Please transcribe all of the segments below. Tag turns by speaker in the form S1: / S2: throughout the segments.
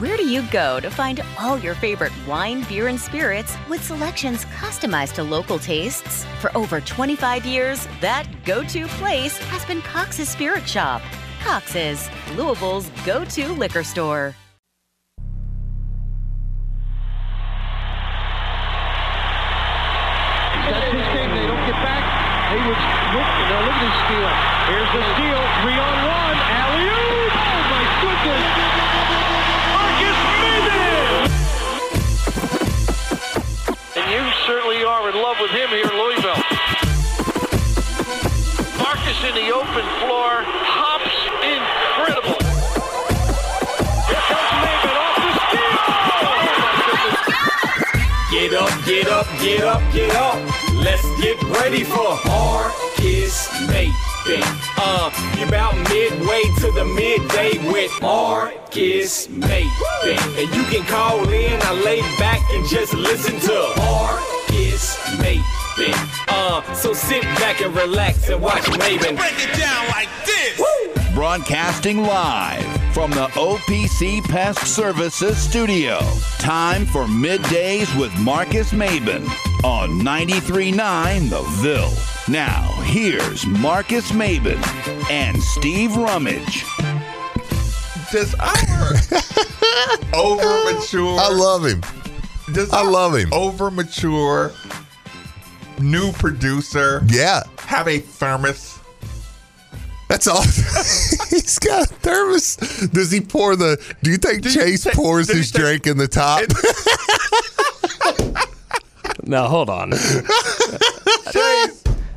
S1: Where do you go to find all your favorite wine, beer, and spirits with selections customized to local tastes? For over 25 years, that go to place has been Cox's Spirit Shop. Cox's, Louisville's go to liquor store.
S2: That's his game. They don't get back. They would look. Now look at this steal. Here's the steal. Three on one. Alley oop! Oh my goodness! Marcus Mendez. And you certainly are in love with him here in Louisville. Marcus in the open floor. Hops incredible. Here comes Maven off the steal. Oh my goodness.
S3: Get up, get up, get up, get up. Let's get ready for Marcus Maven. Uh, you're about midway to the midday with Marcus Maven. And you can call in, I lay back and just listen to Marcus Maven. Uh, so sit back and relax and watch Maven.
S4: Break it down like this.
S5: Broadcasting live from the OPC Pest Services Studio. Time for middays with Marcus Maben on 93.9 The Ville. Now, here's Marcus Maben and Steve Rummage.
S4: Does our over mature,
S6: I love him.
S4: does
S6: I
S4: our
S6: love him.
S4: over mature new producer
S6: Yeah,
S4: have a thermos?
S6: that's all. He's got a thermos. Does he pour the? Do you think
S4: Did he
S6: Chase
S4: take-
S6: pours
S4: did he
S6: his
S4: take-
S6: drink in the top?
S7: Now hold on.
S4: Chase, is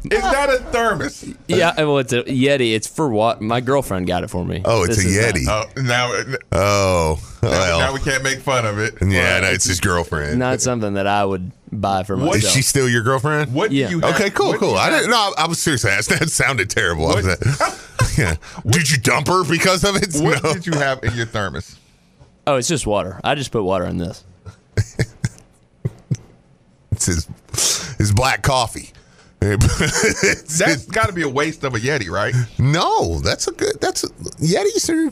S4: that a thermos?
S7: Yeah, well, it's a Yeti. It's for what? My girlfriend got it for me.
S6: Oh, it's
S7: This
S6: a
S7: is not-
S6: Yeti.
S4: Oh, now, now,
S6: oh, well.
S4: now we can't make fun of it.
S6: yeah, no, it's his girlfriend.
S7: Not something that I would buy for myself.
S6: Is she still your girlfriend?
S4: What
S7: Yeah.
S4: do you have-
S6: Okay, cool,
S4: what do
S6: cool.
S4: you
S6: I
S4: have-
S6: didn't. No, I was serious. That, that sounded terrible. I was
S4: What-
S6: like, yeah. Did you dump her because of it?
S4: What
S6: no.
S4: did you have in your thermos?
S7: oh, it's just water. I just put water in this.
S6: It's his, his black coffee. It's
S4: That's
S6: his-
S4: got to be a waste of a Yeti, right?
S6: no, that's a good. That's a, Yetis are.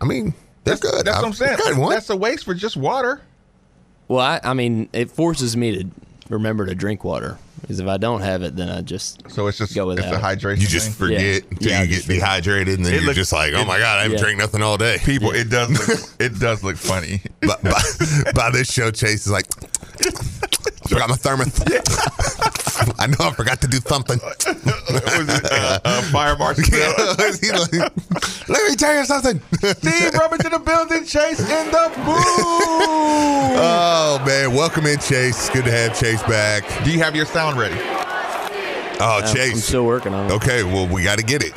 S6: I mean, they're good.
S4: That's
S6: I've-
S4: what I'm saying.
S6: I've got one.
S4: That's a waste for just water.
S7: Well, I, I mean, it forces me to remember to drink water because if I don't have it, then I just
S4: So it's just
S7: Go with
S4: it's a
S7: that.
S4: hydration.
S6: you just
S4: thing.
S6: forget till
S7: Yeah. Yeah,
S6: you
S7: I
S6: get
S7: just
S6: dehydrated, and then
S4: It
S6: you're
S4: looks-
S6: just like, oh
S4: it-
S6: my god, I haven't
S7: yeah.
S6: drank nothing all day.
S4: people. It does. Look, it does look funny.
S6: by, by, by this show, Chase is like, I forgot my thermos. I know I forgot to do something.
S4: was it, uh, uh, fire marshal? Bill?
S6: He like, Let me tell you something.
S4: Steve Roberts in the building. Chase in the booth.
S6: oh man, welcome in, Chase. Good to have Chase back.
S4: Do you have your sound ready?
S6: Oh,
S7: Um, I'm, I'm
S6: Chase.
S7: still working on it.
S6: okay, well, we got to get it.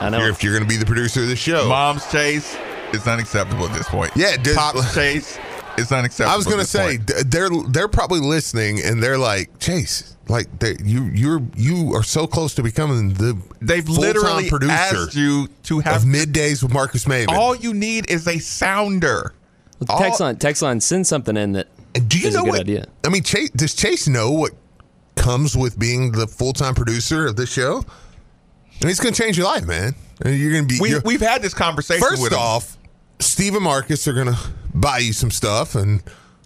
S7: I know.
S6: Here, if you're going to be the producer of the show,
S4: Mom's Chase is unacceptable at this point.
S6: Oh. Yeah, does-
S4: Pop's Chase is unacceptable.
S6: I was
S4: going
S6: gonna
S4: to
S6: say
S4: point.
S6: th- they're they're probably listening and they're like Chase, like they, you you're you are so close to becoming the
S4: they've
S6: full-time
S4: literally
S6: producer
S4: asked you to
S6: of
S4: have.
S6: middays with Marcus Maven.
S4: all you need is a sounder.
S7: Well, text line, text line, send something in that.
S6: And do you
S7: is
S6: know
S7: a good
S6: what?
S7: idea.
S6: I mean, Chase, does Chase know what comes with being the full time producer of this show? I mean, it's going to change your life, man. And You're going to be.
S4: We,
S6: you're-
S4: we've had this conversation.
S6: first
S4: with him.
S6: off, Steve and Marcus are going to buy you some stuff, and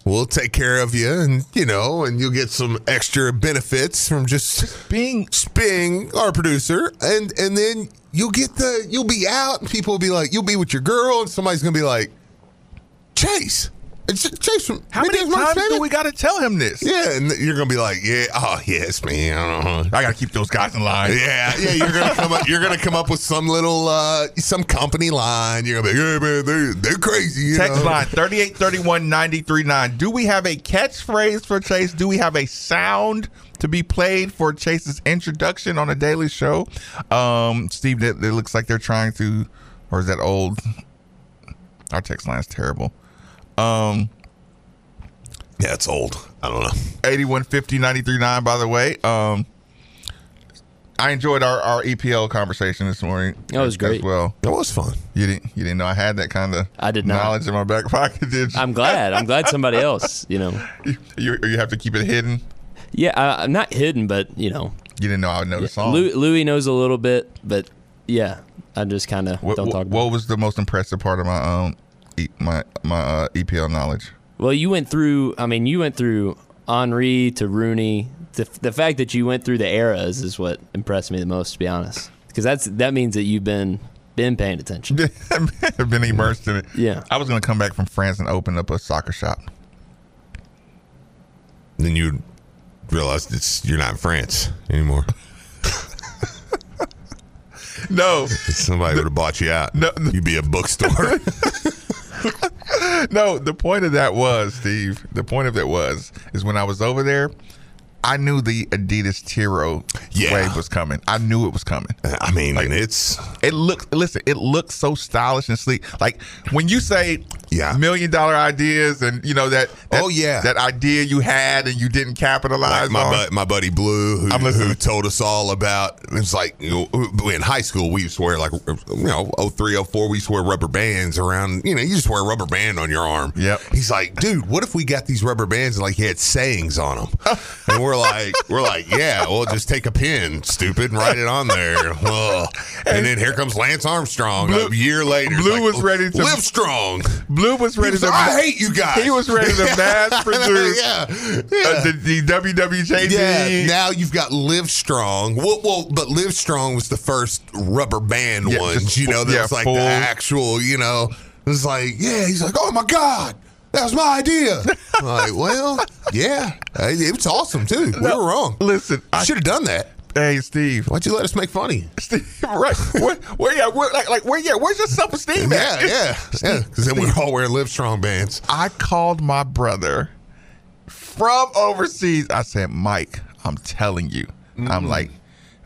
S6: we'll take care of you, and you know, and you'll get some extra benefits from just
S4: being
S6: Sping, our producer, and and then you'll get the you'll be out, and people will be like, you'll be with your girl, and somebody's going to be like, Chase, It's Chase from
S4: how many
S6: Middays with Marcus
S4: times do
S6: Maven.
S4: we got to tell him this?
S6: Yeah, and you're gonna be like, yeah, oh yes, Uh-huh. man.
S4: I got to keep those guys in line.
S6: Yeah, yeah. You're gonna come up. You're gonna come up with some little, uh, some company line. You're gonna be, yeah, man, they're they're crazy. You
S4: Text
S6: know?
S4: line 3831-939. Do we have a catchphrase for Chase? Do we have a sound to be played for Chase's introduction on a daily show? Um, Steve, it, it looks like they're trying to, or is that old? Our text line is terrible. Um,
S6: yeah, it's old. I don't know.
S4: 8150-939, by the way. Um, I enjoyed our, our EPL conversation this morning.
S7: That was
S4: As
S7: great.
S4: well,
S6: That was fun.
S4: you didn't you didn't know I had that kind of
S7: I did not.
S4: knowledge in my back pocket. Did you?
S7: I'm glad. I'm glad somebody else. You know.
S4: you, you have to keep it hidden.
S7: Yeah, I, I'm not hidden, but you know,
S4: You didn't know I would know the song.
S7: Lou, Louis knows a little bit, but yeah, I just kind of
S4: what,
S7: don't
S4: what-
S7: talk about.
S4: what was the most impressive part of my um e, my my uh, EPL knowledge?
S7: Well, you went through. I mean, you went through Henri to Rooney. The, the fact that you went through the eras is what impressed me the most, to be honest. Because that's that means that you've been been paying attention.
S4: I've been immersed in it.
S7: Yeah.
S4: I was gonna come back from France and open up a soccer shop.
S6: Then you realize it's you're not in France anymore.
S4: No,
S6: Somebody would have bought you out.
S4: No, no.
S6: You'd be a bookstore.
S4: no. The point of that was, Steve. The point of that was is when I was over there, I knew the Adidas Tiro
S6: Yeah.
S4: wave was coming. I knew it was coming.
S6: I mean, it's
S4: It looks. Listen, it looks so stylish and sleek. Like when you say,
S6: Yeah.
S4: million dollar ideas, and you know that. that-
S6: Oh, yeah.
S4: that idea you had and you didn't capitalize
S6: like my
S4: on.
S6: bu- my buddy Blue, who,
S4: I'm listening.
S6: who told us all about. It was like you know, in high school we used to wear like you know 03, 04, We used to wear rubber bands around. You know, you just wear a rubber band on your arm.
S4: Yep.
S6: He's like, dude, what if we got these rubber bands and like he had sayings on them? And we're like, we're like, yeah, well, just take a pen, stupid, and write it on there. Ugh. And then here comes Lance Armstrong
S4: Blue-
S6: a year later.
S4: Blue was ready to-
S6: live strong.
S4: Blue was ready
S6: He was
S4: to.
S6: like, I hate you guys.
S4: He was ready to mass produce
S6: yeah.
S4: uh,
S6: yeah.
S4: the, the WWJD.
S6: Yeah, now you've got Live Strong. Well, well, but Live Strong was the first rubber band
S4: Yeah,
S6: ones,
S4: just
S6: you know, that
S4: yeah,
S6: was like
S4: full.
S6: the actual, you know, it was like, yeah, he's like, oh my God, that was my idea. I'm like, well, yeah, it, it was awesome too. We were wrong.
S4: Listen, I,
S6: should have done that.
S4: hey Steve,
S6: Why'd you let us make funny?
S4: Steve, right? Where, where, yeah, where, like, like, where, yeah, where's your self esteem
S6: Yeah,
S4: at?
S6: yeah, yeah. Because then we were all wearing Live Strong bands.
S4: I called my brother from overseas. I said, Mike, I'm telling you.
S6: Mm-hmm.
S4: I'm like,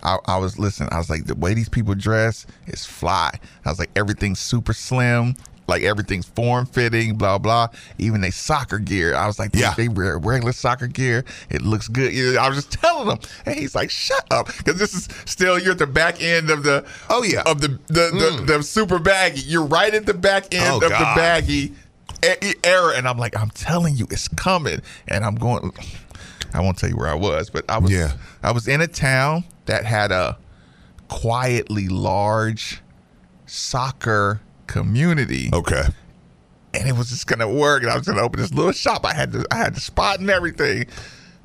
S4: I, I was listening. I was like, the way these people dress is fly. I was like, everything's super slim. Like everything's form fitting, blah blah. Even they soccer gear. I was like,
S6: Yeah.
S4: yeah. they wear regular soccer gear. It looks good. You know, I was just telling him, and he's like, "Shut up," because this is still you're at the back end of the
S6: Oh, yeah. Mm.
S4: of the the, the, the super baggy. You're right at the back end
S6: Oh,
S4: of
S6: God.
S4: the baggy e- e- era, and I'm like, I'm telling you, it's coming. And I'm going. I won't tell you where I was, but I was.
S6: Yeah.
S4: I was in a town that had a quietly large soccer community,
S6: Okay.
S4: and it was just gonna work. And I was gonna open this little shop. I had the I had the spot and everything.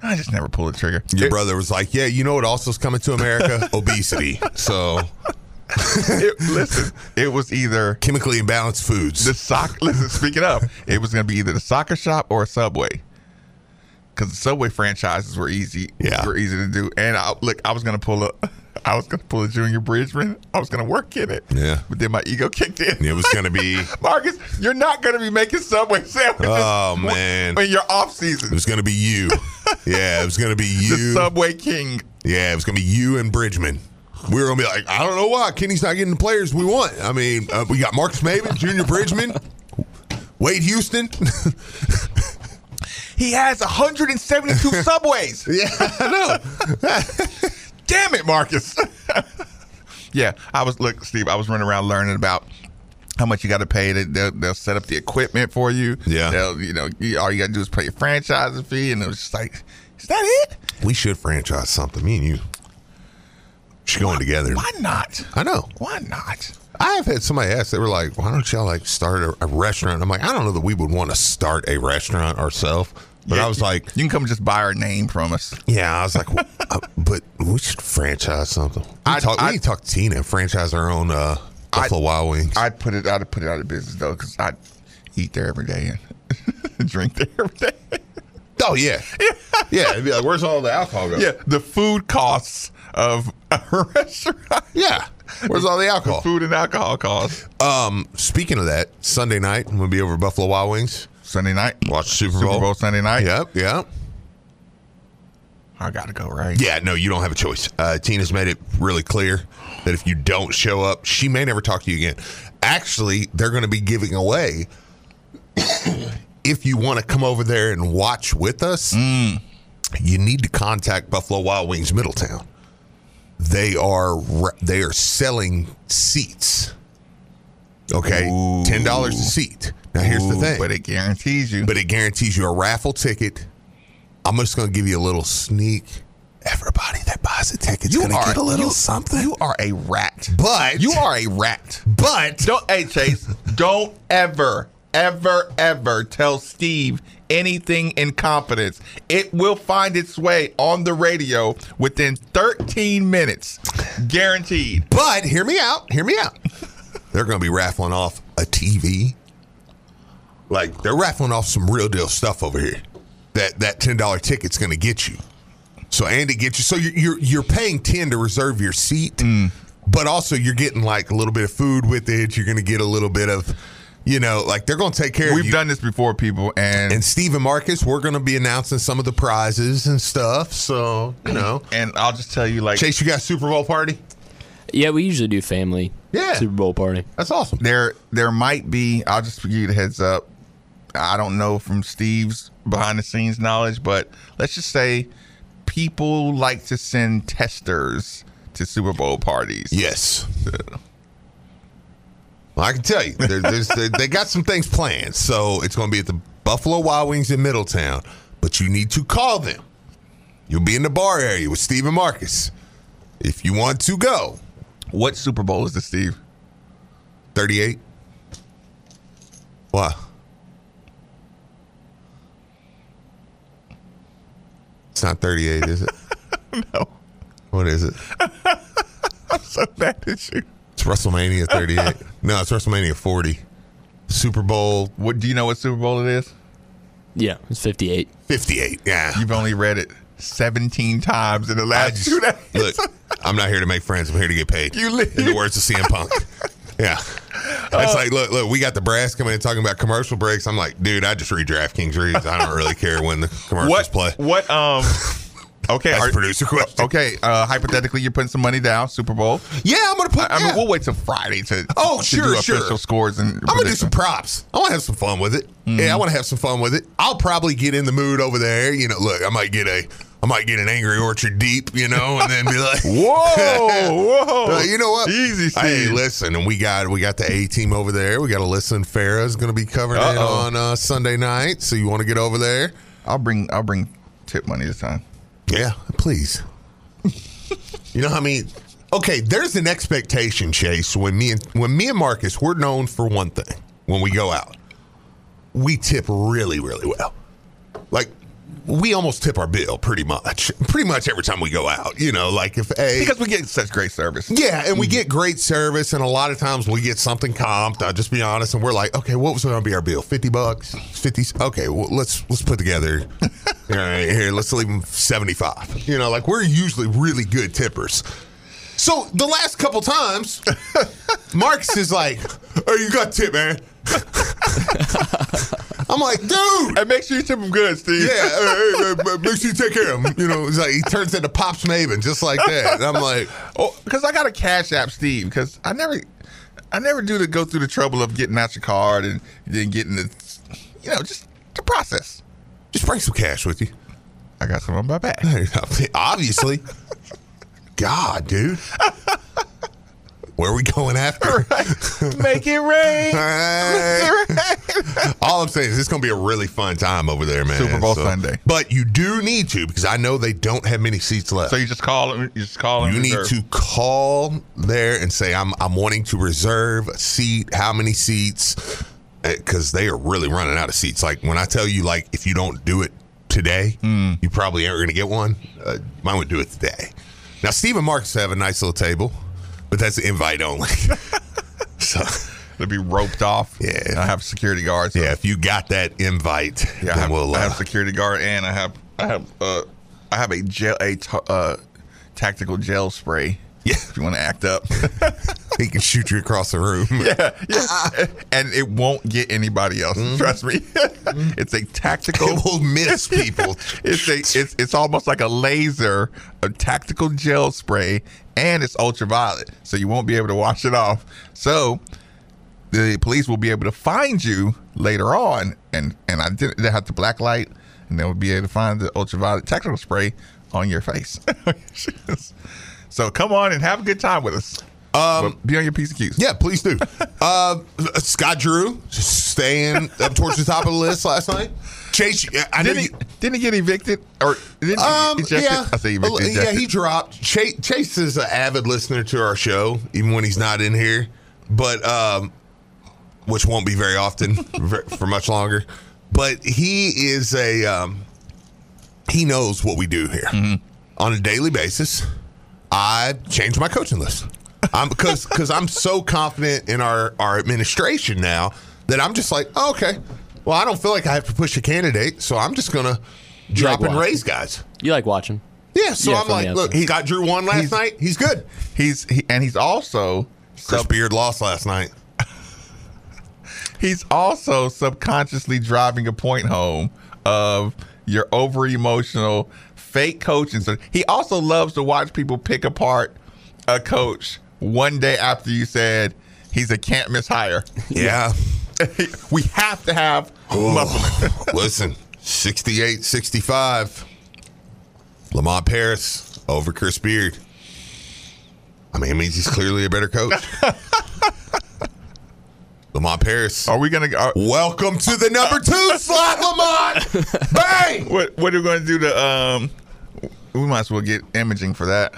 S4: I just never pulled the trigger.
S6: Your
S4: It-
S6: brother was like, yeah, you know what also's coming to America? Obesity. So
S4: it- listen, it was either
S6: chemically imbalanced foods.
S4: the sock. Listen, speaking of, it was going to be either the soccer shop or a Subway, because the Subway franchises were easy.
S6: Yeah.
S4: were easy to do. And I, look, I was going to pull a, I was going to pull a Junior Bridgman. I was going to work in it.
S6: Yeah.
S4: but then my ego kicked in.
S6: It was going to be
S4: Marcus, you're not going to be making Subway sandwiches.
S6: Oh,
S4: when-
S6: man.
S4: when you're off
S6: It
S4: season,
S6: was going to be you. Yeah, it was going to be
S4: the
S6: you.
S4: Subway King.
S6: yeah, it was going to be you and Bridgman. We were going to be like, I don't know why Kenny's not getting the players we want. I mean, uh, we got Marcus Maven, Junior Bridgman, Wade Houston.
S4: He has 172 Subways.
S6: yeah, I know.
S4: Damn it, Marcus. yeah, I was look, Steve. I was running around learning about how much you got to pay. They, they'll, they'll set up the equipment for you.
S6: Yeah.
S4: they'll, you know, you, all you got to do is pay a franchise fee, and it was just like, is that it?
S6: We should franchise something. Me and you should go in together.
S4: Why not?
S6: I know.
S4: Why not?
S6: I have had somebody ask. They were like, "Why don't y'all like start a, a restaurant?" I'm like, I don't know that we would want to start a restaurant ourselves. But
S4: Yeah,
S6: I was like,
S4: you can come just buy our name from us.
S6: Yeah, I was like, well, uh, but we should franchise something. I
S4: I-
S6: talk,
S4: I-
S6: we need to talk to Tina, franchise our own uh, Buffalo Wild Wings.
S4: I'd put it. I'd put it out of business though, because I eat there every day and drink there every day.
S6: oh yeah, yeah. it'd be like, where's all the alcohol? Go?
S4: yeah, the food costs of a restaurant.
S6: yeah. Where's all the alcohol?
S4: Food and alcohol costs.
S6: Um, speaking of that, Sunday night I'm gonna be over at Buffalo Wild Wings.
S4: Sunday night.
S6: Watch the Super
S4: Super
S6: Bowl.
S4: Bowl Sunday night.
S6: Yep, yep.
S4: I gotta go, right?
S6: Yeah, no, you don't have a choice. Uh, Tina's made it really clear that if you don't show up, she may never talk to you again. Actually, they're going to be giving away if you want to come over there and watch with us,
S4: Mm.
S6: you need to contact Buffalo Wild Wings Middletown. They are re- they are selling seats. Okay, ten dollars a seat. Now here's the
S4: Ooh,
S6: thing,
S4: But it guarantees you.
S6: but it guarantees you a raffle ticket. I'm just going to give you a little sneak. Everybody that buys a ticket's going to get a little
S4: you-
S6: something.
S4: You are a rat.
S6: but
S4: You are a rat.
S6: But
S4: Don't, hey Chase, don't ever, ever, ever tell Steve anything in confidence. It will find its way on the radio within 13 minutes, guaranteed.
S6: But hear me out. Hear me out. they're going to be raffling off a TV. Like they're raffling off some real deal stuff over here. That that ten dollar ticket's going to get you. So Andy gets you. So you're you're, you're paying ten to reserve your seat,
S4: Mm.
S6: but also you're getting like a little bit of food with it. You're going to get a little bit of, you know, like they're going to take care of
S4: We've
S6: you.
S4: done this before, people, and
S6: and
S4: and,
S6: Steve and Marcus, we're going to be announcing some of the prizes and stuff. So you know,
S4: I'll just tell you, like,
S6: Chase, you got a Super Bowl party?
S7: Yeah, we usually do family
S6: Yeah.
S7: Super Bowl party.
S6: That's awesome.
S4: there there might be. I'll just give you the heads up. I don't know from Steve's behind the scenes knowledge, but let's just say people like to send testers to Super Bowl parties.
S6: Yes. Well, I can tell you, there, there's, they, they got some things planned. So it's going to be at the Buffalo Wild Wings in Middletown, but you need to call them. You'll be in the bar area with Steve and Marcus. If you want to go,
S4: What Super Bowl is this, Steve?
S6: 38. Wow. It's not 38, is it?
S4: No.
S6: What is it?
S4: So bad at you.
S6: It's WrestleMania 38. no, it's WrestleMania 40. Super Bowl
S4: What do you know what Super Bowl it is?
S7: Yeah, it's 58.
S6: 58. Yeah.
S4: You've only read it 17 times in the
S6: I
S4: last
S6: just-
S4: two days.
S6: look, I'm not here to make friends. I'm here to get paid.
S4: You live- Uh,
S6: In the words of CM Punk. Yeah. It's like, look, look, we got the brass coming in talking about commercial breaks. I'm like, dude, I just read DraftKings reads. I don't really care when the commercials
S4: what
S6: play.
S4: what um Okay,
S6: That's
S4: are-
S6: producer question.
S4: Okay, uh, hypothetically, you're putting some money down Super Bowl.
S6: Yeah, I'm gonna play.
S4: I mean,
S6: yeah.
S4: we'll wait till Friday to
S6: Oh,
S4: to
S6: sure,
S4: do
S6: sure.
S4: official scores and
S6: I'm gonna do some props. I want to have some fun with it.
S4: Mm-hmm.
S6: Yeah, I want to have some fun with it. I'll probably get in the mood over there. You know, look, I might get a, I might get an Angry Orchard deep, you know, and then be like,
S4: Whoa, whoa.
S6: Uh, you know what?
S4: Easy, Steve.
S6: Hey, listen, and we got we got the A team over there. We got Alyssa and Farah's going to be covering it
S4: Uh-oh.
S6: on uh, Sunday night. So you want to get over there?
S4: I'll bring I'll bring tip money this time.
S6: Yeah, please. you know how I mean? Okay, there's an expectation, Chase. When me and when me and Marcus, we're known for one thing. When we go out, we tip really, really well. Like we almost tip our bill pretty much, pretty much every time we go out. You know, like if a
S4: Because we get such great service.
S6: Yeah,
S4: Mm-hmm.
S6: and we get great service, and a lot of times we get something comped. I'll just be honest, and we're like, okay, what was going to be our bill? Fifty bucks, fifty. Okay, well, let's let's put together. all right, here, let's leave them seventy five. You know, like we're usually really good tippers. So the last couple times, Marcus is like, "Oh, you got tip, man." I'm like, dude.
S4: And make sure you tip them good, Steve.
S6: Yeah, hey, hey, hey, make sure you take care of him. You know, it's like he turns into Pops Maven just like that. And I'm like,
S4: Oh, because I got a Cash App, Steve. Because I never, I never do to go through the trouble of getting out your card and then getting the, you know, just the process.
S6: just bring some cash with you.
S4: I got some on my back.
S6: Obviously. God, dude. Where are we going after?
S4: Make it rain.
S6: All I'm saying is it's going to be a really fun time over there, man.
S4: Super Bowl Sunday.
S6: But you do need to because I know they don't have many seats left.
S4: So you just call them. You just call them.
S6: you need to call there and say I'm I'm wanting to reserve a seat. How many seats? Because they are really running out of seats. Like when I tell you, like if you don't do it today,
S4: Mm.
S6: you probably aren't going to get one. Uh, mine would do it today. Now Steve and Marcus have a nice little table, but that's invite only. so
S4: It'll be roped off.
S6: Yeah.
S4: I have security guards.
S6: yeah, if you got that invite,
S4: Yeah, I
S6: then
S4: have,
S6: we'll.
S4: I
S6: uh,
S4: have security guard and I have I have uh I have a gel a t- uh tactical gel spray.
S6: Yeah.
S4: if you want to act up,
S6: he can shoot you across the room.
S4: and it won't get anybody else. Trust me, it's a tactical.
S6: Mm-hmm. It will miss people.
S4: It's a it's it's almost like a laser, a tactical gel spray, and it's ultraviolet, so you won't be able to wash it off. So the police will be able to find you later on, and and I did, they have the black light, and they'll be able to find the ultraviolet technical spray on your face. so come on and have a good time with us. Um, be on your piece of cues.
S6: Yeah, please do. uh, Scott Drew staying up towards the top of the list last night. Chase, I
S4: Didn't
S6: didn't.
S4: he, didn't he get evicted or didn't he
S6: um,
S4: ejected?
S6: yeah,
S4: I say
S6: Well,
S4: evicted.
S6: yeah,
S4: ejected.
S6: he dropped. Chase, Chase is an avid listener to our show, even when he's not in here, but um, which won't be very often for for much longer. But he is a um, he knows what we do here
S4: Mm-hmm.
S6: on a daily basis. I changed my coaching list. I'm because because I'm so confident in our our administration now that I'm just like, oh, okay, well, I don't feel like I have to push a candidate, so I'm just gonna drop and
S7: watch.
S6: raise guys.
S7: You like watching?
S6: Yeah, so
S7: Yeah,
S6: I'm
S7: from
S6: like,
S7: the
S6: look,
S7: outside.
S6: he got Drew one last
S4: He's-
S6: night. He's good.
S4: he's he, and he's also
S6: Chris
S4: sub,
S6: Beard lost last night.
S4: he's also subconsciously driving a point home of your over emotional fake coaching. So he also loves to watch people pick apart a coach one day after you said he's a can't miss hire.
S6: Yeah.
S4: we have to have muscle.
S6: Listen, 68 65. Lamont Paris over Chris Beard. I mean, it means he's clearly a better coach. Lamont Paris.
S4: Are we gonna? Are,
S6: Welcome to the number two slot, Lamont. Bang.
S4: what what are we gonna do to? Um, we might as well get imaging for that.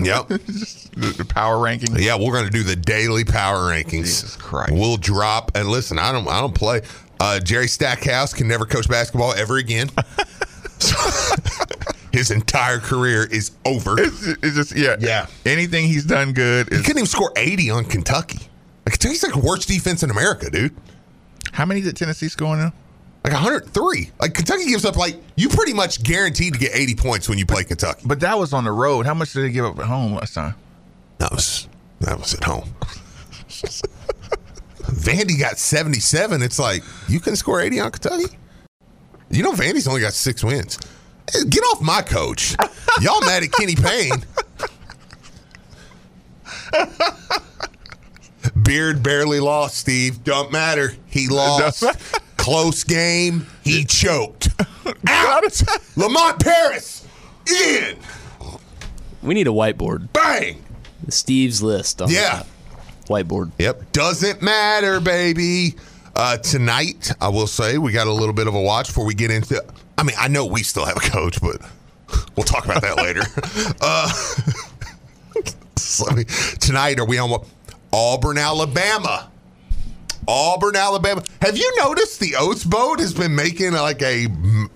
S6: Yep.
S4: Just the, the power ranking.
S6: Yeah, we're going to do the daily power rankings.
S4: Jesus Christ.
S6: We'll drop and listen. I don't. I don't play. Uh, Jerry Stackhouse can never coach basketball ever again. His entire career is over. He
S4: It's, it's just yeah.
S6: Yeah.
S4: Anything he's done good is
S6: couldn't even score eighty on Kentucky. Like, Kentucky's like the worst defense in America, dude.
S4: how many did Tennessee score now?
S6: Like 103. Like Kentucky gives up like you pretty much guaranteed to get 80 points when you play Kentucky.
S4: But that was on the road. How much did they give up at home last time?
S6: That was that was at home. Vandy got 77. It's like you can score 80 on Kentucky. You know Vandy's only got six wins. Eh, Get off my coach. Y'all mad at Kenny Payne. Beard barely lost, Steve. Don't matter. He lost. Close game. He choked. Out. Lamont Paris. In.
S7: We need a whiteboard.
S6: Bang.
S7: Steve's list. On
S6: Yeah.
S7: the whiteboard.
S6: Yep. Doesn't matter, baby. Uh, tonight, I will say we got a little bit of a watch before we get into. I mean, I know we still have a coach, but we'll talk about that later. Uh, so, I mean, tonight, are we on what? Auburn, Alabama? Auburn, Alabama. Have you noticed the Oats boat has been making like a m-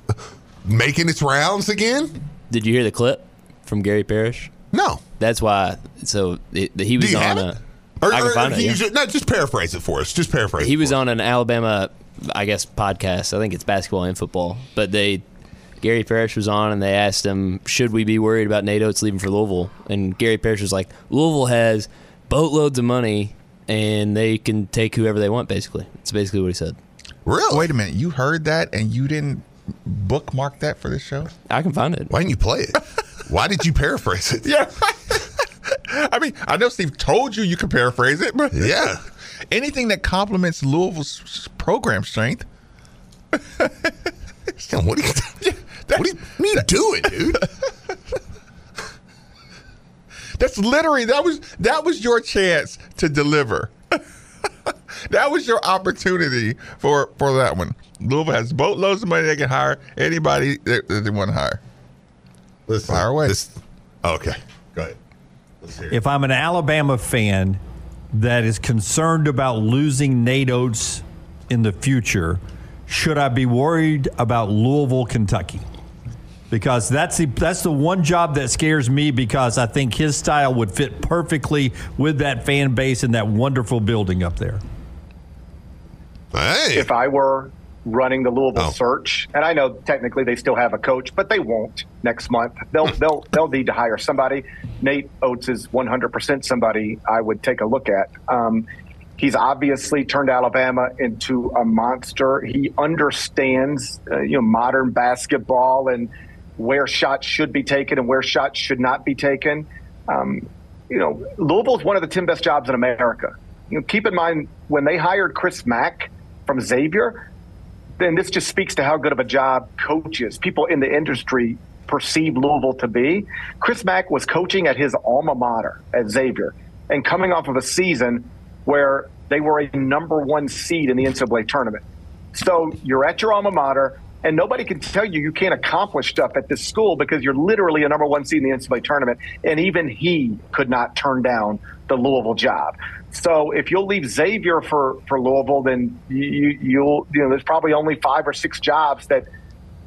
S6: making its rounds again?
S7: Did you hear the clip from Gary Parrish?
S6: No.
S7: That's why. So it,
S6: Do
S7: he was
S6: you
S7: on
S6: have
S7: a.
S6: it? Or,
S7: I can
S6: or- or
S7: find it,
S6: you
S7: yeah.
S6: ju- no, just paraphrase it for us. Just paraphrase.
S7: he
S6: it
S7: was
S6: for us.
S7: on an Alabama, I guess, podcast. I think it's basketball and football. But they, Gary Parrish was on, and they asked him, "Should we be worried about Nate Oates leaving for Louisville?" And Gary Parrish was like, "Louisville has boatloads of money, and they can take whoever they want. Basically, that's basically what he said.
S6: Really?
S4: Wait a minute. You heard that and you didn't bookmark that for this show?
S7: I can find it.
S6: Why didn't you play it? Why did you paraphrase it?
S4: Yeah. I mean, I know Steve told you you could paraphrase it, but
S6: Yeah.
S4: anything that complements Louisville's s- program strength,
S6: Damn, what, are you, what, are you, what are you doing, dude?
S4: that's literally that was that was your chance to deliver. that was your opportunity for for that one. Louisville has boatloads of money they can hire anybody that, that they want to hire.
S6: Listen,
S4: Fire away.
S6: okay, go ahead. Let's hear it.
S8: if I'm an Alabama fan that is concerned about losing Nate Oates in the future, should I be worried about Louisville, Kentucky? Because that's the that's the one job that scares me because I think his style would fit perfectly with that fan base and that wonderful building up there.
S6: Hey,
S9: if I were running the Louisville
S6: Oh.
S9: search, and I know technically they still have a coach, but they won't next month. They'll they'll they'll need to hire somebody. Nate Oates is 100% somebody I would take a look at. Um, he's obviously turned Alabama into a monster. He understands uh, you know modern basketball and where shots should be taken and where shots should not be taken. Um, you know, Louisville is one of the 10 best jobs in America. You know, keep in mind when they hired Chris Mack from Xavier, then this just speaks to how good of a job coaches, people in the industry perceive Louisville to be. Chris Mack was coaching at his alma mater at Xavier and coming off of a season where they were a number one seed in the NCAA tournament. So you're at your alma mater, and nobody can tell you you can't accomplish stuff at this school because you're literally a number one seed in the NCAA tournament. And even he could not turn down the Louisville job. So if you'll leave Xavier for, for Louisville, then you, you'll, you know, there's probably only five or six jobs that,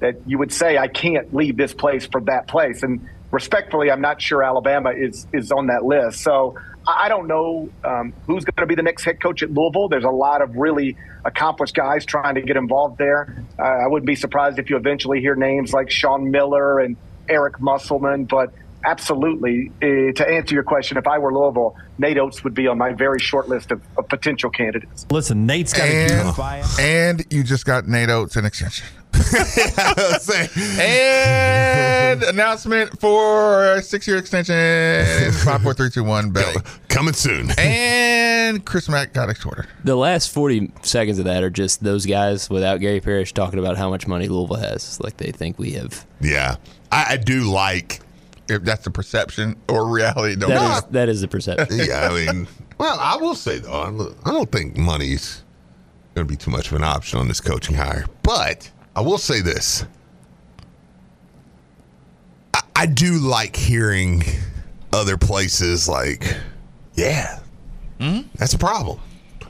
S9: that you would say, I can't leave this place for that place. And respectfully, I'm not sure Alabama is, is on that list. So I I don't know um, who's going to be the next head coach at Louisville. There's a lot of really accomplished guys trying to get involved there. Uh, I wouldn't be surprised if you eventually hear names like Sean Miller and Eric Musselman. But absolutely, uh, to answer your question, if I were Louisville, Nate Oates would be on my very short list of, of potential candidates.
S8: Listen, Nate's got to
S4: And,
S8: be biased.
S4: and you just got Nate Oates an extension.
S6: I'm saying.
S4: And announcement for six year extension. Five, four, three, two, one. Bell.
S6: Coming soon.
S4: And Chris Mack got a quarter.
S7: The last 40 seconds of that are just those guys without Gary Parrish talking about how much money Louisville has. Like they think we have.
S6: Yeah. I, I do like.
S4: If that's the perception or reality, don't
S7: That is
S4: know.
S7: that is the perception.
S6: Yeah, I mean, well, I will say though, I don't- I don't think money's going to be too much of an option on this coaching hire. But I will say this: I, I do like hearing other places like, yeah,
S4: Mm-hmm.
S6: that's a problem.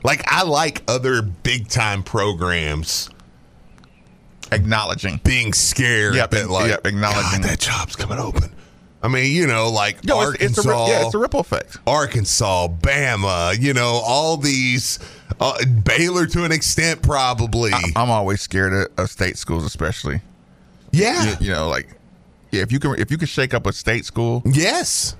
S6: Like I like other big time programs
S4: acknowledging.
S6: being scared
S4: Yep,
S6: that like
S4: yep, acknowledging
S6: "God, that job's coming open. I mean, you know, like
S4: Yo, it's,
S6: Arkansas.
S4: it's, a, rip- yeah, it's a ripple effect.
S6: Arkansas, Bama, you know, all these uh, Baylor to an extent, probably.
S4: I'm always scared of, of state schools, especially. You,
S6: yeah.
S4: you know, like yeah, if you can if you can shake up a state school,
S6: Yes.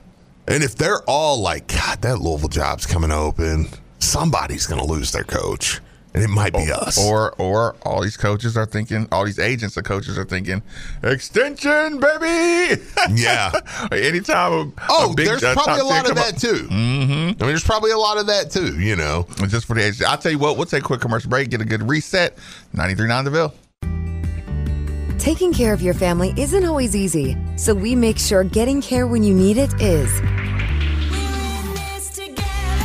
S6: And if they're all like, God, that Louisville job's coming open, somebody's going to lose their coach. And it might be us.
S4: or or all these coaches are thinking, all these agents of coaches are thinking, extension, baby.
S6: yeah.
S4: Anytime. A,
S6: Oh,
S4: a big,
S6: there's
S4: a top
S6: probably a
S4: 10
S6: lot of
S4: come up-
S6: that too. Mm-hmm. I mean, there's probably a lot of that too, you know.
S4: It's Just for the agent. I'll tell you what, we'll take a quick commercial break, get a good reset. 93.9 DeVille.
S10: Taking care of your family isn't always easy, so we make sure getting care when you need it is.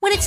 S11: When it's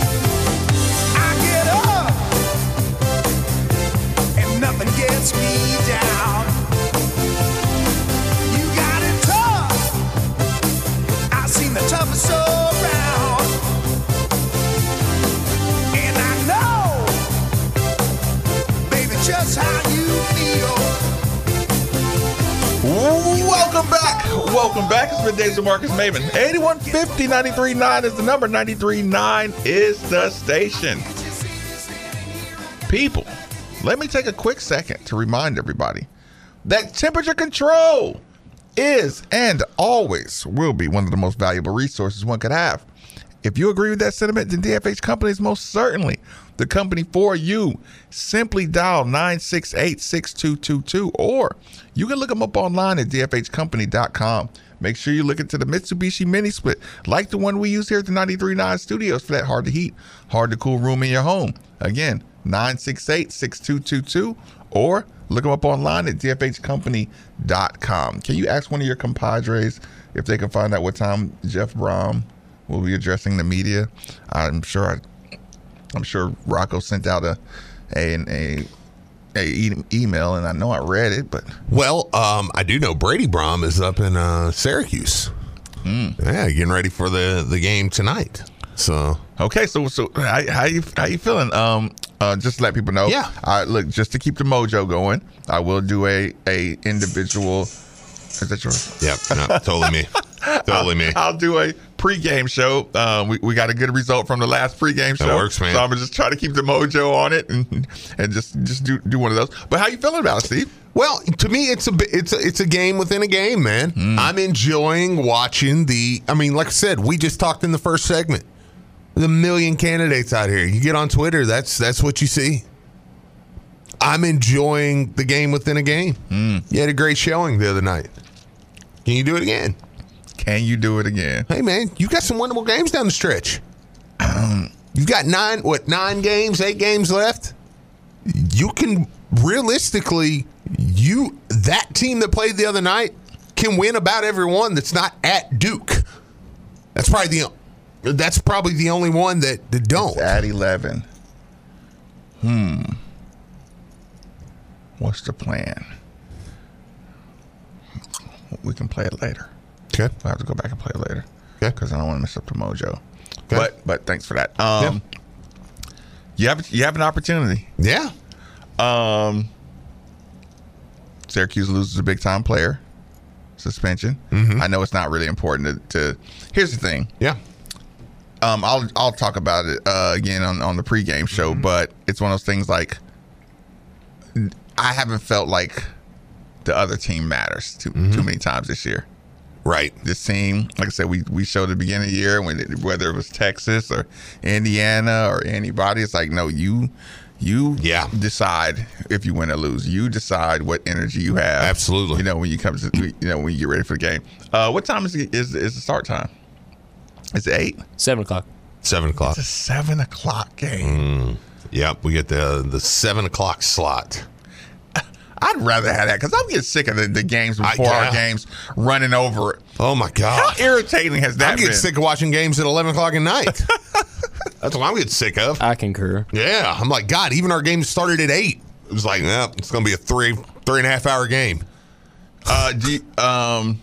S3: I get up and nothing gets me down. You got it tough. I've seen the toughest around. And I know, baby, just how you feel.
S4: Welcome back. Welcome back. It's been Days of Marcus Maven. 8150 939 is the number. 939 is the station. People, let me take a quick second to remind everybody that temperature control is and always will be one of the most valuable resources one could have. If you agree with that sentiment, then DFH Company is most certainly the company for you. Simply dial 968 6222 or you can look them up online at dfhcompany.com. Make sure you look into the Mitsubishi Mini Split, like the one we use here at the 939 Studios for that hard to heat, hard to cool room in your home. Again, 968 6222 or look them up online at dfhcompany.com. Can you ask one of your compadres if they can find out what time Jeff Brom will be addressing the media. I'm sure I, I'm sure Rocco sent out a, a, a, a e- email, and I know I read it, but
S6: Well, um, I do know Brady Brom is up in uh, Syracuse. Yeah, getting ready for the, the game tonight. So
S4: Okay, so so how, how you how you feeling? Um, uh, just to let people know.
S6: Yeah.
S4: I look just to keep the mojo going. I will do a a individual. Is that yours?
S6: yeah, no, totally me, totally me.
S4: I'll do a pregame show. Um, we, we got a good result from the last pregame show.
S6: That works, man.
S4: So I'm gonna just try to keep the mojo on it and and just just do do one of those. But how you feeling about it, Steve?
S6: Well, to me, it's a bi- it's a, it's a game within a game, man. I'm enjoying watching the. I mean, like I said, we just talked in the first segment. The million candidates out here. You get on Twitter, that's that's what you see. I'm enjoying the game within a game. You had a great showing the other night. Can you do it again?
S4: Can you do it again?
S6: Hey, man, you got some winnable games down the stretch. You've got nine, what, nine games, eight games left? You can realistically, you, that team that played the other night can win about every one that's not at Duke. That's probably the, that's probably the only one that, that don't.
S4: It's at eleven. Hmm. What's the plan? We can play it later.
S6: Okay.
S4: I have to go back and play it later.
S6: Okay.
S4: Because I don't want to mess up the mojo. But but thanks for that. Um, you have you have an opportunity.
S6: Yeah.
S4: Um, Syracuse loses a big time player suspension. I know it's not really important to. to here's the thing.
S6: Yeah.
S4: Um, I'll I'll talk about it uh, again on on the pregame show, but it's one of those things like I haven't felt like the other team matters too too many times this year
S6: Right.
S4: this team. Like I said, we we showed at the beginning of the year when it, whether it was Texas or Indiana or anybody, it's like no, you you
S6: Yeah.
S4: decide if you win or lose. You decide what energy you have.
S6: Absolutely.
S4: You know when you come to you know when you get ready for the game. Uh, what time is it- is is the start time? It's eight.
S7: Seven o'clock.
S6: Seven o'clock. Mm,
S4: It's a seven o'clock game.
S6: Yep. We get the the seven o'clock slot.
S4: I'd rather have that because I'm getting sick of the, the games
S6: I-
S4: before
S6: yeah.
S4: our games running over it.
S6: Oh, my
S4: How
S6: God.
S4: irritating has that
S6: I'm getting
S4: been?
S6: sick of watching games at 11 o'clock at night. That's what I'm getting sick of.
S7: I concur.
S6: Yeah, I'm like, God, even our game started at eight. It was like, nah, it's gonna be a three, three and a half hour game.
S4: Uh, do you- um,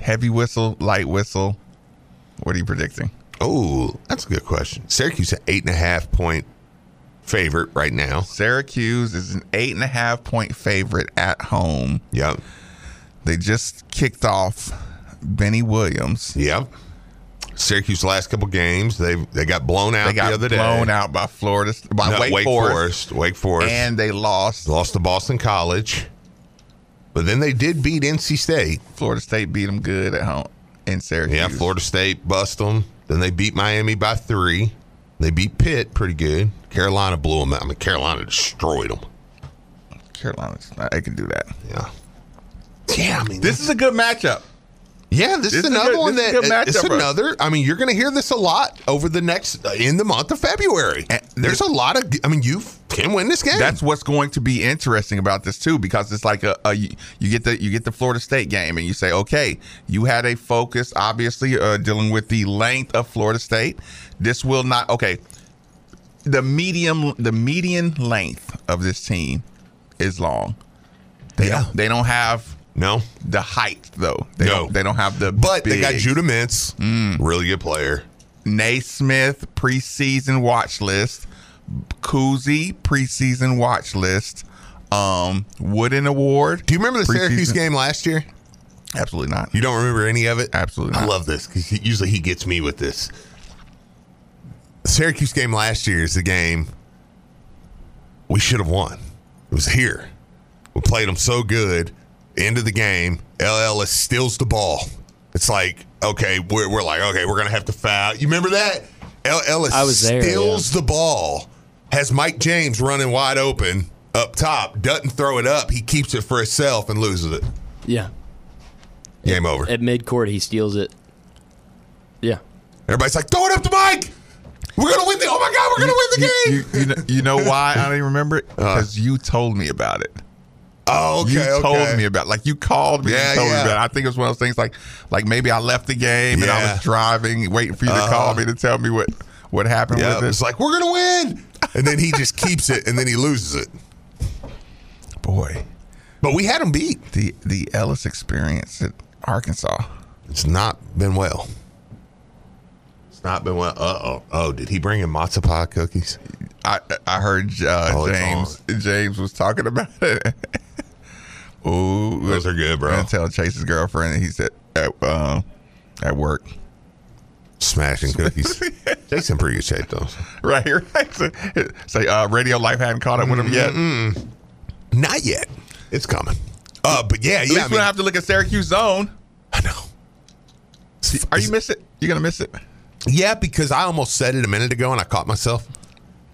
S4: heavy whistle, light whistle. What are you predicting?
S6: Oh, that's a good question. Syracuse an eight and a half point favorite right now.
S4: Syracuse is an eight and a half point favorite at home.
S6: Yep,
S4: They just kicked off Benny Williams.
S6: yep. Syracuse last couple games they they got blown out
S4: They
S6: the
S4: got
S6: other
S4: blown
S6: day.
S4: out by Florida, by
S6: No,
S4: Wake, Forest,
S6: Wake Forest
S4: and they lost.
S6: lost to Boston College, but then they did beat NC State.
S4: Florida State beat them good at home in Syracuse.
S6: Yeah, Florida State bust them. Then they beat Miami by three. They beat Pitt pretty good. Carolina blew them out. I mean, Carolina destroyed them.
S4: Carolina. They can do that.
S6: Yeah. Yeah, I mean,
S4: This is a good matchup.
S6: yeah, this,
S4: this is
S6: is
S4: a
S6: another
S4: good-
S6: one
S4: this is
S6: that
S4: a good matchup,
S6: it's
S4: bro.
S6: another. I mean, you're going to hear this a lot over the next uh, in the month of February. There's a lot of. I mean, you can win this game.
S4: That's what's going to be interesting about this too, because it's like a, a you you get the you get the Florida State game, and you say, okay, you had a focus, obviously uh, dealing with the length of Florida State. This will not okay. The medium, the median length of this team is long. They
S6: Yeah.
S4: don't, they don't have
S6: no,
S4: the height though. They
S6: No.
S4: don't, they don't have the.
S6: but they got
S4: big- Mm.
S6: Judah Mintz, really good player.
S4: Naismith preseason watch list, Kuzi preseason watch list, um, Wooden Award.
S6: Do you remember the Syracuse
S4: Preseason-
S6: game last year?
S4: Absolutely not.
S6: You don't remember any of it?
S4: Absolutely
S6: I
S4: not.
S6: love this because usually he gets me with this. Syracuse game last year is the game we should have won. It was here. We played them so good. End of the game, LLS steals the ball. It's like, okay, we're, we're like, okay, we're going to have to foul. You remember that? LLS
S7: I was there,
S6: steals the ball, has Mike James running wide open up top, doesn't throw it up. He keeps it for himself and loses it.
S7: Yeah.
S6: Game over.
S7: At mid court, he steals it. Yeah.
S6: Everybody's like, throw it up to Mike. We're gonna win the. Oh my God, we're gonna win the game.
S4: You, you, you know, you know why I don't even remember it? Because you told me about it.
S6: Oh, Uh-huh. okay,
S4: You
S6: okay.
S4: told me about like you called me.
S6: Yeah,
S4: and told
S6: yeah.
S4: me about. it. I think it was one of those things like like maybe I left the game and I
S6: Yeah. Uh-huh.
S4: was driving, waiting for you to call me to tell me what what happened
S6: Yeah,
S4: with it.
S6: it's like we're gonna win, and then he just keeps it, and then he loses it.
S4: boy,
S6: But we had him beat.
S4: the the Ellis experience at Arkansas.
S6: It's not been well. It's not been well. Uh oh. Oh, did he bring in matzo pie cookies?
S4: I I heard uh,
S6: Oh, it's
S4: James James was talking about it. Ooh,
S6: Those are good, bro.
S4: I tell Chase's girlfriend. He said at um, at work.
S6: Smashing cookies. Jason pretty good shape though.
S4: Right, right. Say, uh, radio life hadn't caught up with him yet.
S6: Mm-hmm. Not yet. It's coming. Uh, but yeah,
S4: At least
S6: yeah.
S4: we don't have to look at Syracuse zone.
S6: I know.
S4: Are you miss it? You're gonna miss it.
S6: Yeah, because I almost said it a minute ago and I caught myself.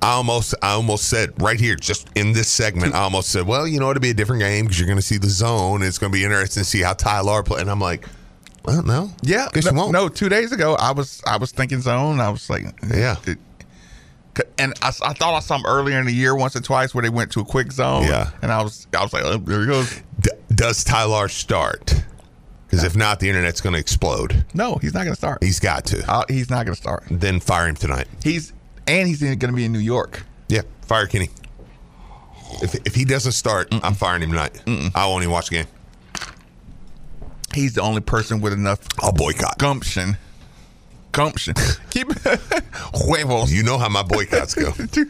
S6: I almost, I almost said right here, just in this segment, I almost said, well, you know, it'll be a different game because you're going to see the zone. And it's going to be interesting to see how Ty Lahr play. And I'm like, well, no,
S4: Yeah,
S6: guess
S4: no,
S6: you won't.
S4: no, two days ago I was I was thinking zone. I was like,
S6: Yeah.
S4: it- and I, I thought I saw them earlier in the year once or twice where they went to a quick zone.
S6: Yeah.
S4: and I was I was like, oh, there he goes.
S6: D- does Ty Lahr start? Because if not, the internet's going to explode.
S4: No, he's not gonna start.
S6: He's got to.
S4: Uh, he's not gonna start.
S6: then fire him tonight.
S4: He's and he's in- gonna be in New York.
S6: Yeah, fire Kenny. If, if he doesn't start, I'm firing him tonight. I won't even watch the game.
S4: He's the only person with enough
S6: I'll boycott.
S4: gumption. Gumption. Keep huevos.
S6: You know how my boycotts go.
S4: do,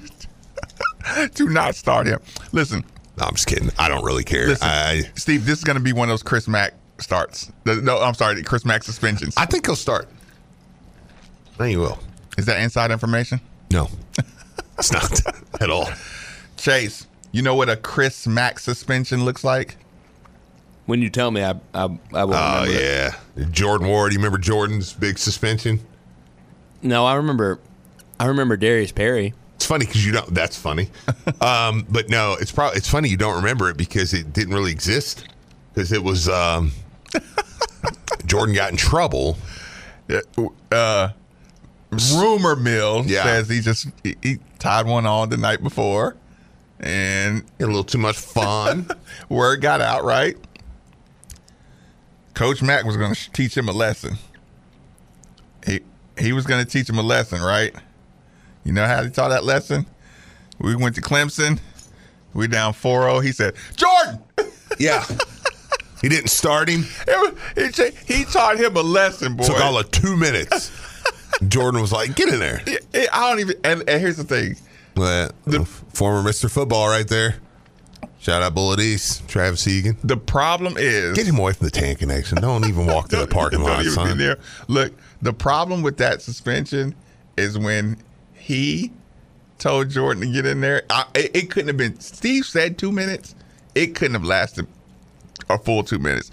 S4: do not start him. Listen,
S6: No, I'm just kidding. I don't really care.
S4: listen,
S6: I
S4: Steve. This is gonna be one of those Chris Mack starts. The- No, I'm sorry, Chris Mack suspensions.
S6: I think he'll start. I think he will.
S4: is that inside information?
S6: No, it's not at all.
S4: Chase, you know what a Chris Mack suspension looks like?
S7: When you tell me, I I, I
S4: Uh,
S7: won't
S6: Oh
S7: remember. it.
S6: yeah, Jordan Ward. You remember Jordan's big suspension?
S7: No, I remember. I remember Darius Perry.
S6: It's funny because you don't. That's funny. um, but no, it's probably it's funny you don't remember it because it didn't really exist. Because it was um, Jordan got in trouble.
S4: Uh, rumor mill
S6: Yeah.
S4: says he just he, he tied one on the night before, and
S6: Had a little too much fun.
S4: word got out right. Coach Mack was going to teach him a lesson. He he was going to teach him a lesson, right? You know how he taught that lesson? We went to Clemson. We down 4-0. He said, "Jordan,
S6: yeah, he didn't start him.
S4: It was- he, he taught him a lesson, boy.
S6: Took all of two minutes. Jordan was like, "Get in there."
S4: It- it- I don't even. And, and here's the thing.
S6: Well, the uh, former Mr. Football right there. Shout out Bullet East, Travis Egan.
S4: The problem is.
S6: Get him away from the tan connection. Don't even walk to the parking
S4: Don't
S6: lot,
S4: even be
S6: son.
S4: near. Look, the problem with that suspension is when he told Jordan to get in there. I, it, it couldn't have been. Steve said two minutes. It couldn't have lasted a full two minutes.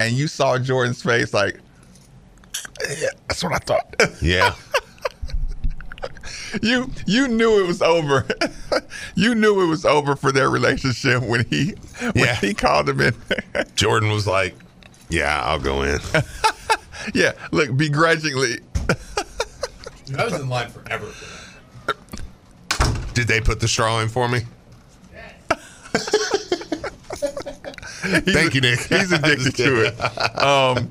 S4: And you saw Jordan's face like, "Yeah, that's what I thought.
S6: Yeah.
S4: you you knew it was over. you knew it was over for their relationship when he when
S6: Yeah.
S4: he called him in.
S6: Jordan was like, Yeah, I'll go in.
S4: yeah, look, begrudgingly.
S6: I was in line forever. Did they put the straw in for me? Thank you, Nick.
S4: He's addicted to it. Um,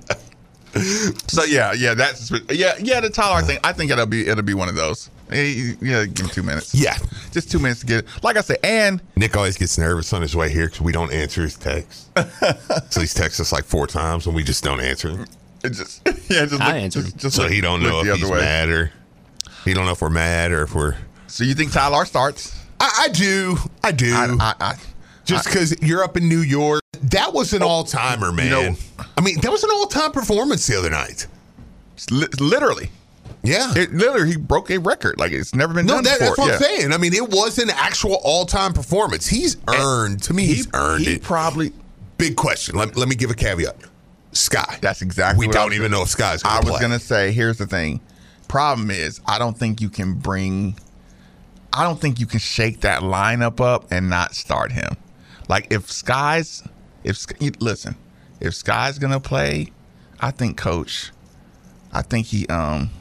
S4: so yeah, yeah, that's yeah, yeah. The Tyler thing, I think it'll be it'll be one of those. Eh, Yeah, give him two minutes.
S6: Yeah.
S4: just two minutes to get it. Like I said, and
S6: Nick always gets nervous on his way here because we don't answer his texts. so he's texted us like four times and we just don't answer him.
S4: it just yeah, just
S7: I
S4: look,
S7: answered.
S4: just, just
S6: So
S4: look-
S6: he don't
S4: look
S6: know
S4: the
S6: if
S4: other
S6: he's
S4: way.
S6: mad or he don't know if we're mad or if we're.
S4: So you think Tyler starts?
S6: I, I do, I do.
S4: I, I, I, Oh,
S6: just because you're up in New York. That was an all timer, man.
S4: know-
S6: I mean, that was an all time performance the other night.
S4: li- literally,
S6: Yeah.
S4: it literally he broke a record. Like it's never been
S6: no,
S4: done
S6: that,
S4: before.
S6: that's what I'm
S4: Yeah.
S6: saying. I mean, it was an actual all time performance. He's earned, to me, he's earned
S4: he
S6: it.
S4: probably.
S6: Big question. Let, let me give a caveat. Sky.
S4: That's exactly
S6: We
S4: what I
S6: don't
S4: was
S6: even know if Sky's going
S4: I
S6: to
S4: was
S6: play.
S4: gonna say, here's the thing. Problem is, I don't think you can bring. I don't think you can shake that lineup up and not start him. Like if Sky's, if Sk- you- listen, if Sky's gonna play, I think coach. I think he um,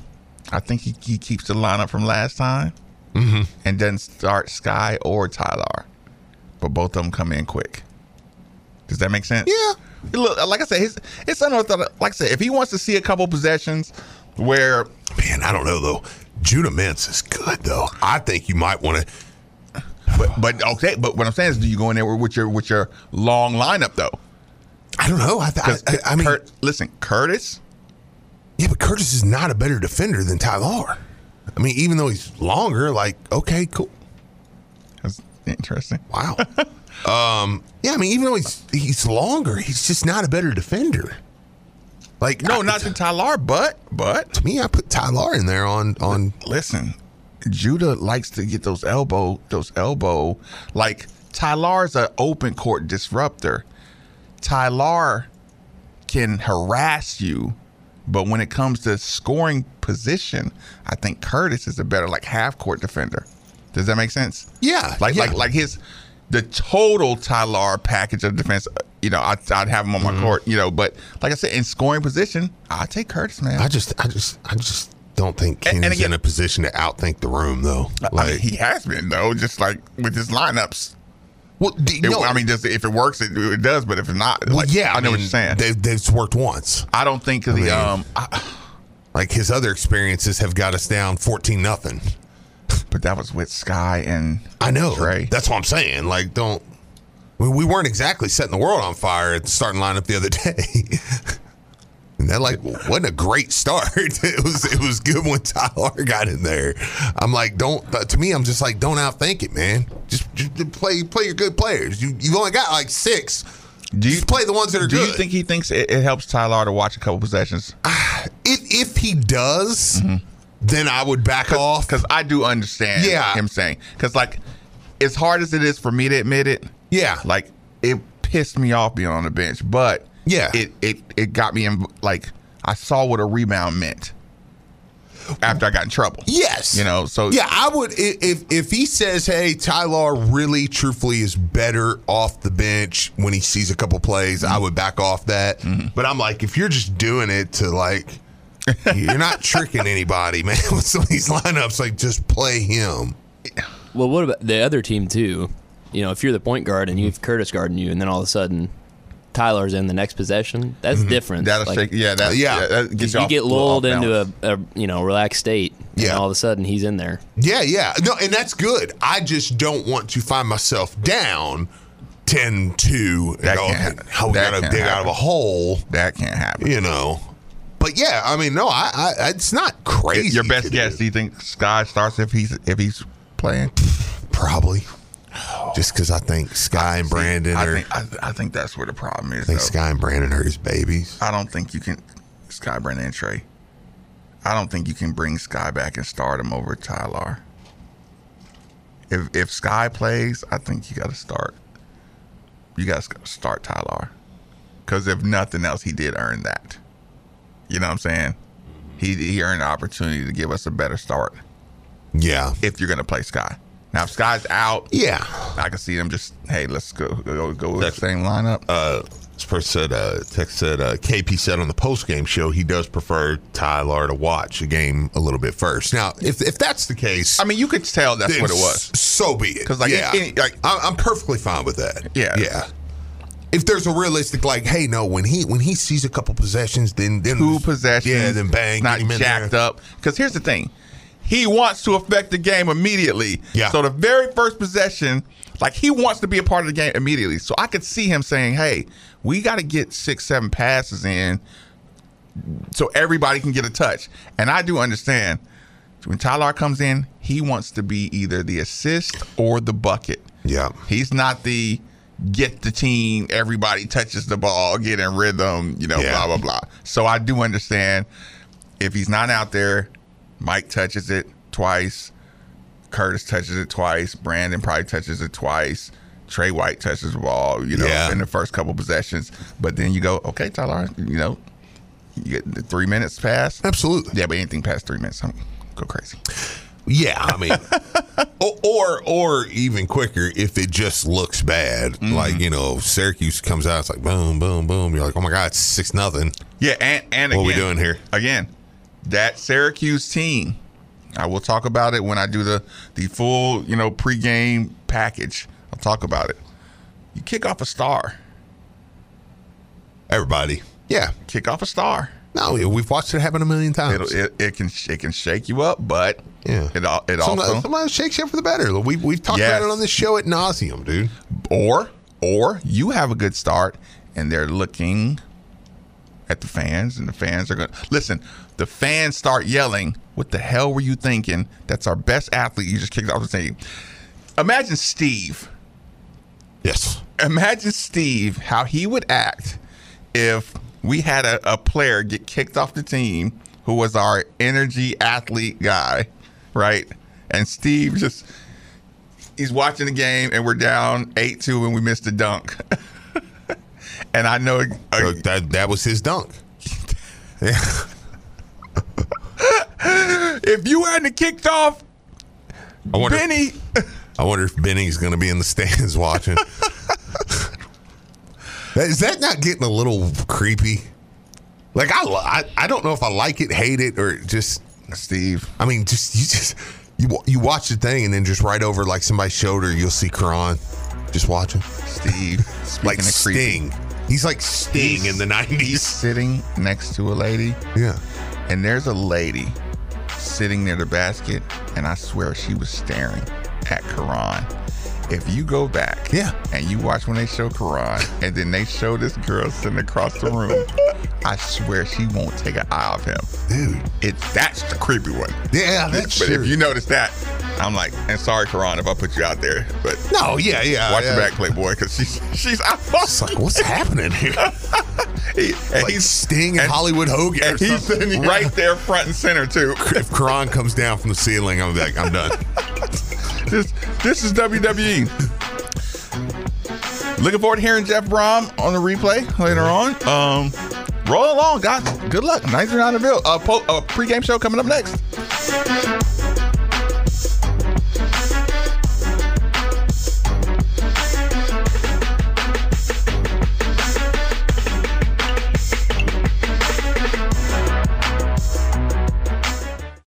S4: I think he, he keeps the lineup from last time,
S6: Mm-hmm.
S4: and doesn't start Sky or Tyler, but both of them come in quick. Does that make sense?
S6: Yeah.
S4: Look, like I said, his, it's unorthodox. Like I said, if he wants to see a couple possessions where
S6: Man, I don't know though. Judah Mintz is good though. I think you might want to.
S4: But but okay, but what I'm saying is, do you go in there with your with your long lineup though?
S6: I don't know. I, th- I,
S4: 'Cause
S6: I, I mean,
S4: Curt- listen, Curtis.
S6: yeah, but Curtis is not a better defender than Tyler. I mean, even though he's longer, like okay, cool,
S4: That's interesting.
S6: wow. um, yeah, I mean, even though he's he's longer, he's just not a better defender. Like
S4: No,
S6: I-
S4: not to Tyler, but but
S6: to me. I put Tyler in there on on.
S4: listen, Judah likes to get those elbow those elbow like Tyler's an open court disruptor. Tyler can harass you, but when it comes to scoring position, I think Curtis is a better like half court defender. Does that make sense?
S6: Yeah,
S4: like
S6: yeah.
S4: like like his the total Tyler package of defense. uh, You know, I, I'd have him on
S6: Mm-hmm.
S4: my court. You know, but like I said, in scoring position, I take Curtis, man.
S6: I just, I just, I just don't think Kenny's
S4: and again- Uh,
S6: in a position to outthink the room, though.
S4: I mean, he has been though, just like with his lineups.
S6: well, do you
S4: It-
S6: know-
S4: I mean, just if it works, it, it does. But if it's not,
S6: well,
S4: like,
S6: yeah,
S4: I know what
S6: mean,
S4: you're saying.
S6: They've, they've worked once.
S4: I don't think the
S6: mean-
S4: um, I,
S6: Like his other experiences have got us down fourteen nothing.
S4: but that was with Sky and
S6: I know.
S4: Trey.
S6: That's what I'm saying. Like, don't. We, we weren't exactly setting the world on fire at the starting lineup the other day. And that like wasn't a great start. It was it was good when Tyler got in there. I'm like, don't but to me. I'm just like, don't outthink it, man. Just, just play play your good players. You you've only got like six.
S4: Do you-
S6: just play the ones that are
S4: do
S6: good?
S4: you think he thinks it, it helps Tyler to watch a couple possessions?
S6: if if he does,
S4: Mm-hmm.
S6: then I would back off.
S4: Because I do understand
S6: Yeah.
S4: him saying because like as hard as it is for me to admit it,
S6: yeah, like
S4: like it pissed me off being on the bench, but
S6: Yeah.
S4: it it it got me in like I saw what a rebound meant after I got in trouble.
S6: yes,
S4: you know. So
S6: Yeah, I would i- if if he says, "Hey, Tyler really truthfully is better off the bench when he sees a couple plays,"
S4: Mm-hmm.
S6: I would back off that. But I'm like, if you're just doing it to like you're not tricking anybody, man, with some of these lineups, like just play him.
S7: Well, what about the other team too? You know, if you're the point guard and you have Curtis guarding you, and then all of a sudden Tyler's in the next possession, that's different.
S4: Mm-hmm. that'll
S7: Like,
S4: shake. Yeah, that,
S6: Yeah.
S4: yeah, that gets
S7: you,
S4: off-
S7: get
S4: off
S7: lulled into
S4: balance.
S7: a, a you know relaxed state, and
S6: Yeah.
S7: all of a sudden he's in there.
S6: Yeah, yeah. No, and that's good. I just don't want to find myself down 10-2
S4: That
S6: and all,
S4: can't happen.
S6: how we
S4: That
S6: got to
S4: can't
S6: dig out of
S4: happen.
S6: a hole,
S4: that can't happen.
S6: you know. But yeah, I mean, no, I, I it's not crazy.
S4: Your
S6: to
S4: best
S6: do.
S4: guess? Do you think Sky starts if he's if he's playing?
S6: Probably. Just because I think Sky and Brandon
S4: I
S6: are.
S4: think I, I think that's where the problem is.
S6: I think
S4: though.
S6: Sky and Brandon are his babies.
S4: I don't think you can Sky Brandon and Trey. I don't think you can bring Sky back and start him over Tyler. If if Sky plays, I think you got to start. You got to start Tyler, because if nothing else, he did earn that. You know what I'm saying?
S7: Mm-hmm.
S4: He he earned an opportunity to give us a better start
S6: Yeah.
S4: if you're gonna play Sky. Now if Sky's out,
S6: Yeah.
S4: I can see them just hey, let's go go go with the same lineup.
S6: Uh, this person said, uh, text said, uh, KP said on the post game show he does prefer Tyler to watch a game a little bit first. Now, if, if that's the case,
S4: I mean, you could tell that's
S6: then
S4: what it was.
S6: s- So be it.
S4: 'Cause, like,
S6: yeah.
S4: any- like-
S6: I'm, I'm perfectly fine with that.
S4: Yeah.
S6: Yeah. If there's a realistic, like, hey, no, when he when he sees a couple possessions, then then
S4: two possessions.
S6: yeah, then bang,
S4: It's not
S6: get him in
S4: jacked
S6: there.
S4: up. Because here's the thing, he wants to affect the game immediately.
S6: Yeah.
S4: So the very first possession, like he wants to be a part of the game immediately. So I could see him saying, "Hey, we got to get six, seven passes in, so everybody can get a touch." And I do understand when Tyler comes in, he wants to be either the assist or the bucket.
S6: Yeah.
S4: He's not the get the team, everybody touches the ball, get in rhythm, you know,
S6: Yeah.
S4: blah, blah, blah. So I do understand if he's not out there, Mike touches it twice, Curtis touches it twice, Brandon probably touches it twice. Trey White touches the ball, you know,
S6: Yeah.
S4: in the first couple possessions. But then you go, okay, Tyler, you know, you get the three minutes past.
S6: Absolutely.
S4: Yeah, but anything past three minutes, I'm go crazy.
S6: Yeah, I mean, or, or or even quicker if it just looks bad.
S4: Mm-hmm.
S6: Like you know, Syracuse comes out, it's like boom, boom, boom. You're like, oh my god, it's six nothing.
S4: Yeah, and and
S6: What we
S4: again-
S6: doing here?
S4: Again, that Syracuse team. I will talk about it when I do the the full you know pregame package. I'll talk about it. You kick off a star.
S6: Everybody. Yeah.
S4: Kick off a star.
S6: No, yeah, we've watched it happen a million times.
S4: It'll, it, it can it can shake you up, but
S6: Yeah.
S4: it al- it
S6: Sometimes,
S4: also
S6: sometimes shakes you up for the better. We, we've talked
S4: Yes.
S6: about it on this show at nauseum, dude.
S4: or or you have a good start and they're looking at the fans and the fans are going to listen the fans start yelling what the hell were you thinking that's our best athlete you just kicked off the team imagine steve
S6: Yes.
S4: imagine steve how he would act if we had a, a player get kicked off the team who was our energy athlete guy right and steve just he's watching the game and we're down 8-2 and we missed a dunk and i know uh,
S6: So that, that was his dunk. Yeah.
S4: if you hadn't kicked off
S6: I wonder,
S4: benny
S6: I wonder if Benny's going to be in the stands watching. Is that not getting a little creepy? Like I, li- I, I don't know if I like it, hate it, or just
S4: steve
S6: I mean, just you just you wa- you watch the thing and then just right over like somebody's shoulder, you'll see Karan just watching
S4: steve speaking
S6: like
S4: of creepy,
S6: Sting. He's like Sting in the
S4: he's
S6: nineties.
S4: sitting next to a lady
S6: Yeah.
S4: and there's a lady sitting near the basket, and I swear she was staring at Karan. If you go back,
S6: Yeah.
S4: and you watch when they show Karan, and then they show this girl sitting across the room, I swear she won't take an eye off him.
S6: Dude.
S4: It's that's the creepy one.
S6: Yeah, that's
S4: but
S6: true.
S4: if you notice that, I'm like, and sorry, Karan, if I put you out there, but
S6: No, yeah, yeah.
S4: watch
S6: Uh, yeah.
S4: your back, Playboy, because she's she's out.
S6: It's like, what's happening here?
S4: He- and
S6: like
S4: he's
S6: Sting and
S4: and-
S6: Hollywood Hogan.
S4: and
S6: or
S4: he's
S6: something.
S4: sitting right there, front and center too.
S6: If Karan comes down from the ceiling, I'm like, I'm done.
S4: This this is WWE. Looking forward to hearing Jeff Brom on the replay later on. Um, roll along, guys. Good luck. Nice round of bill. A uh, po- uh, pregame show coming up next.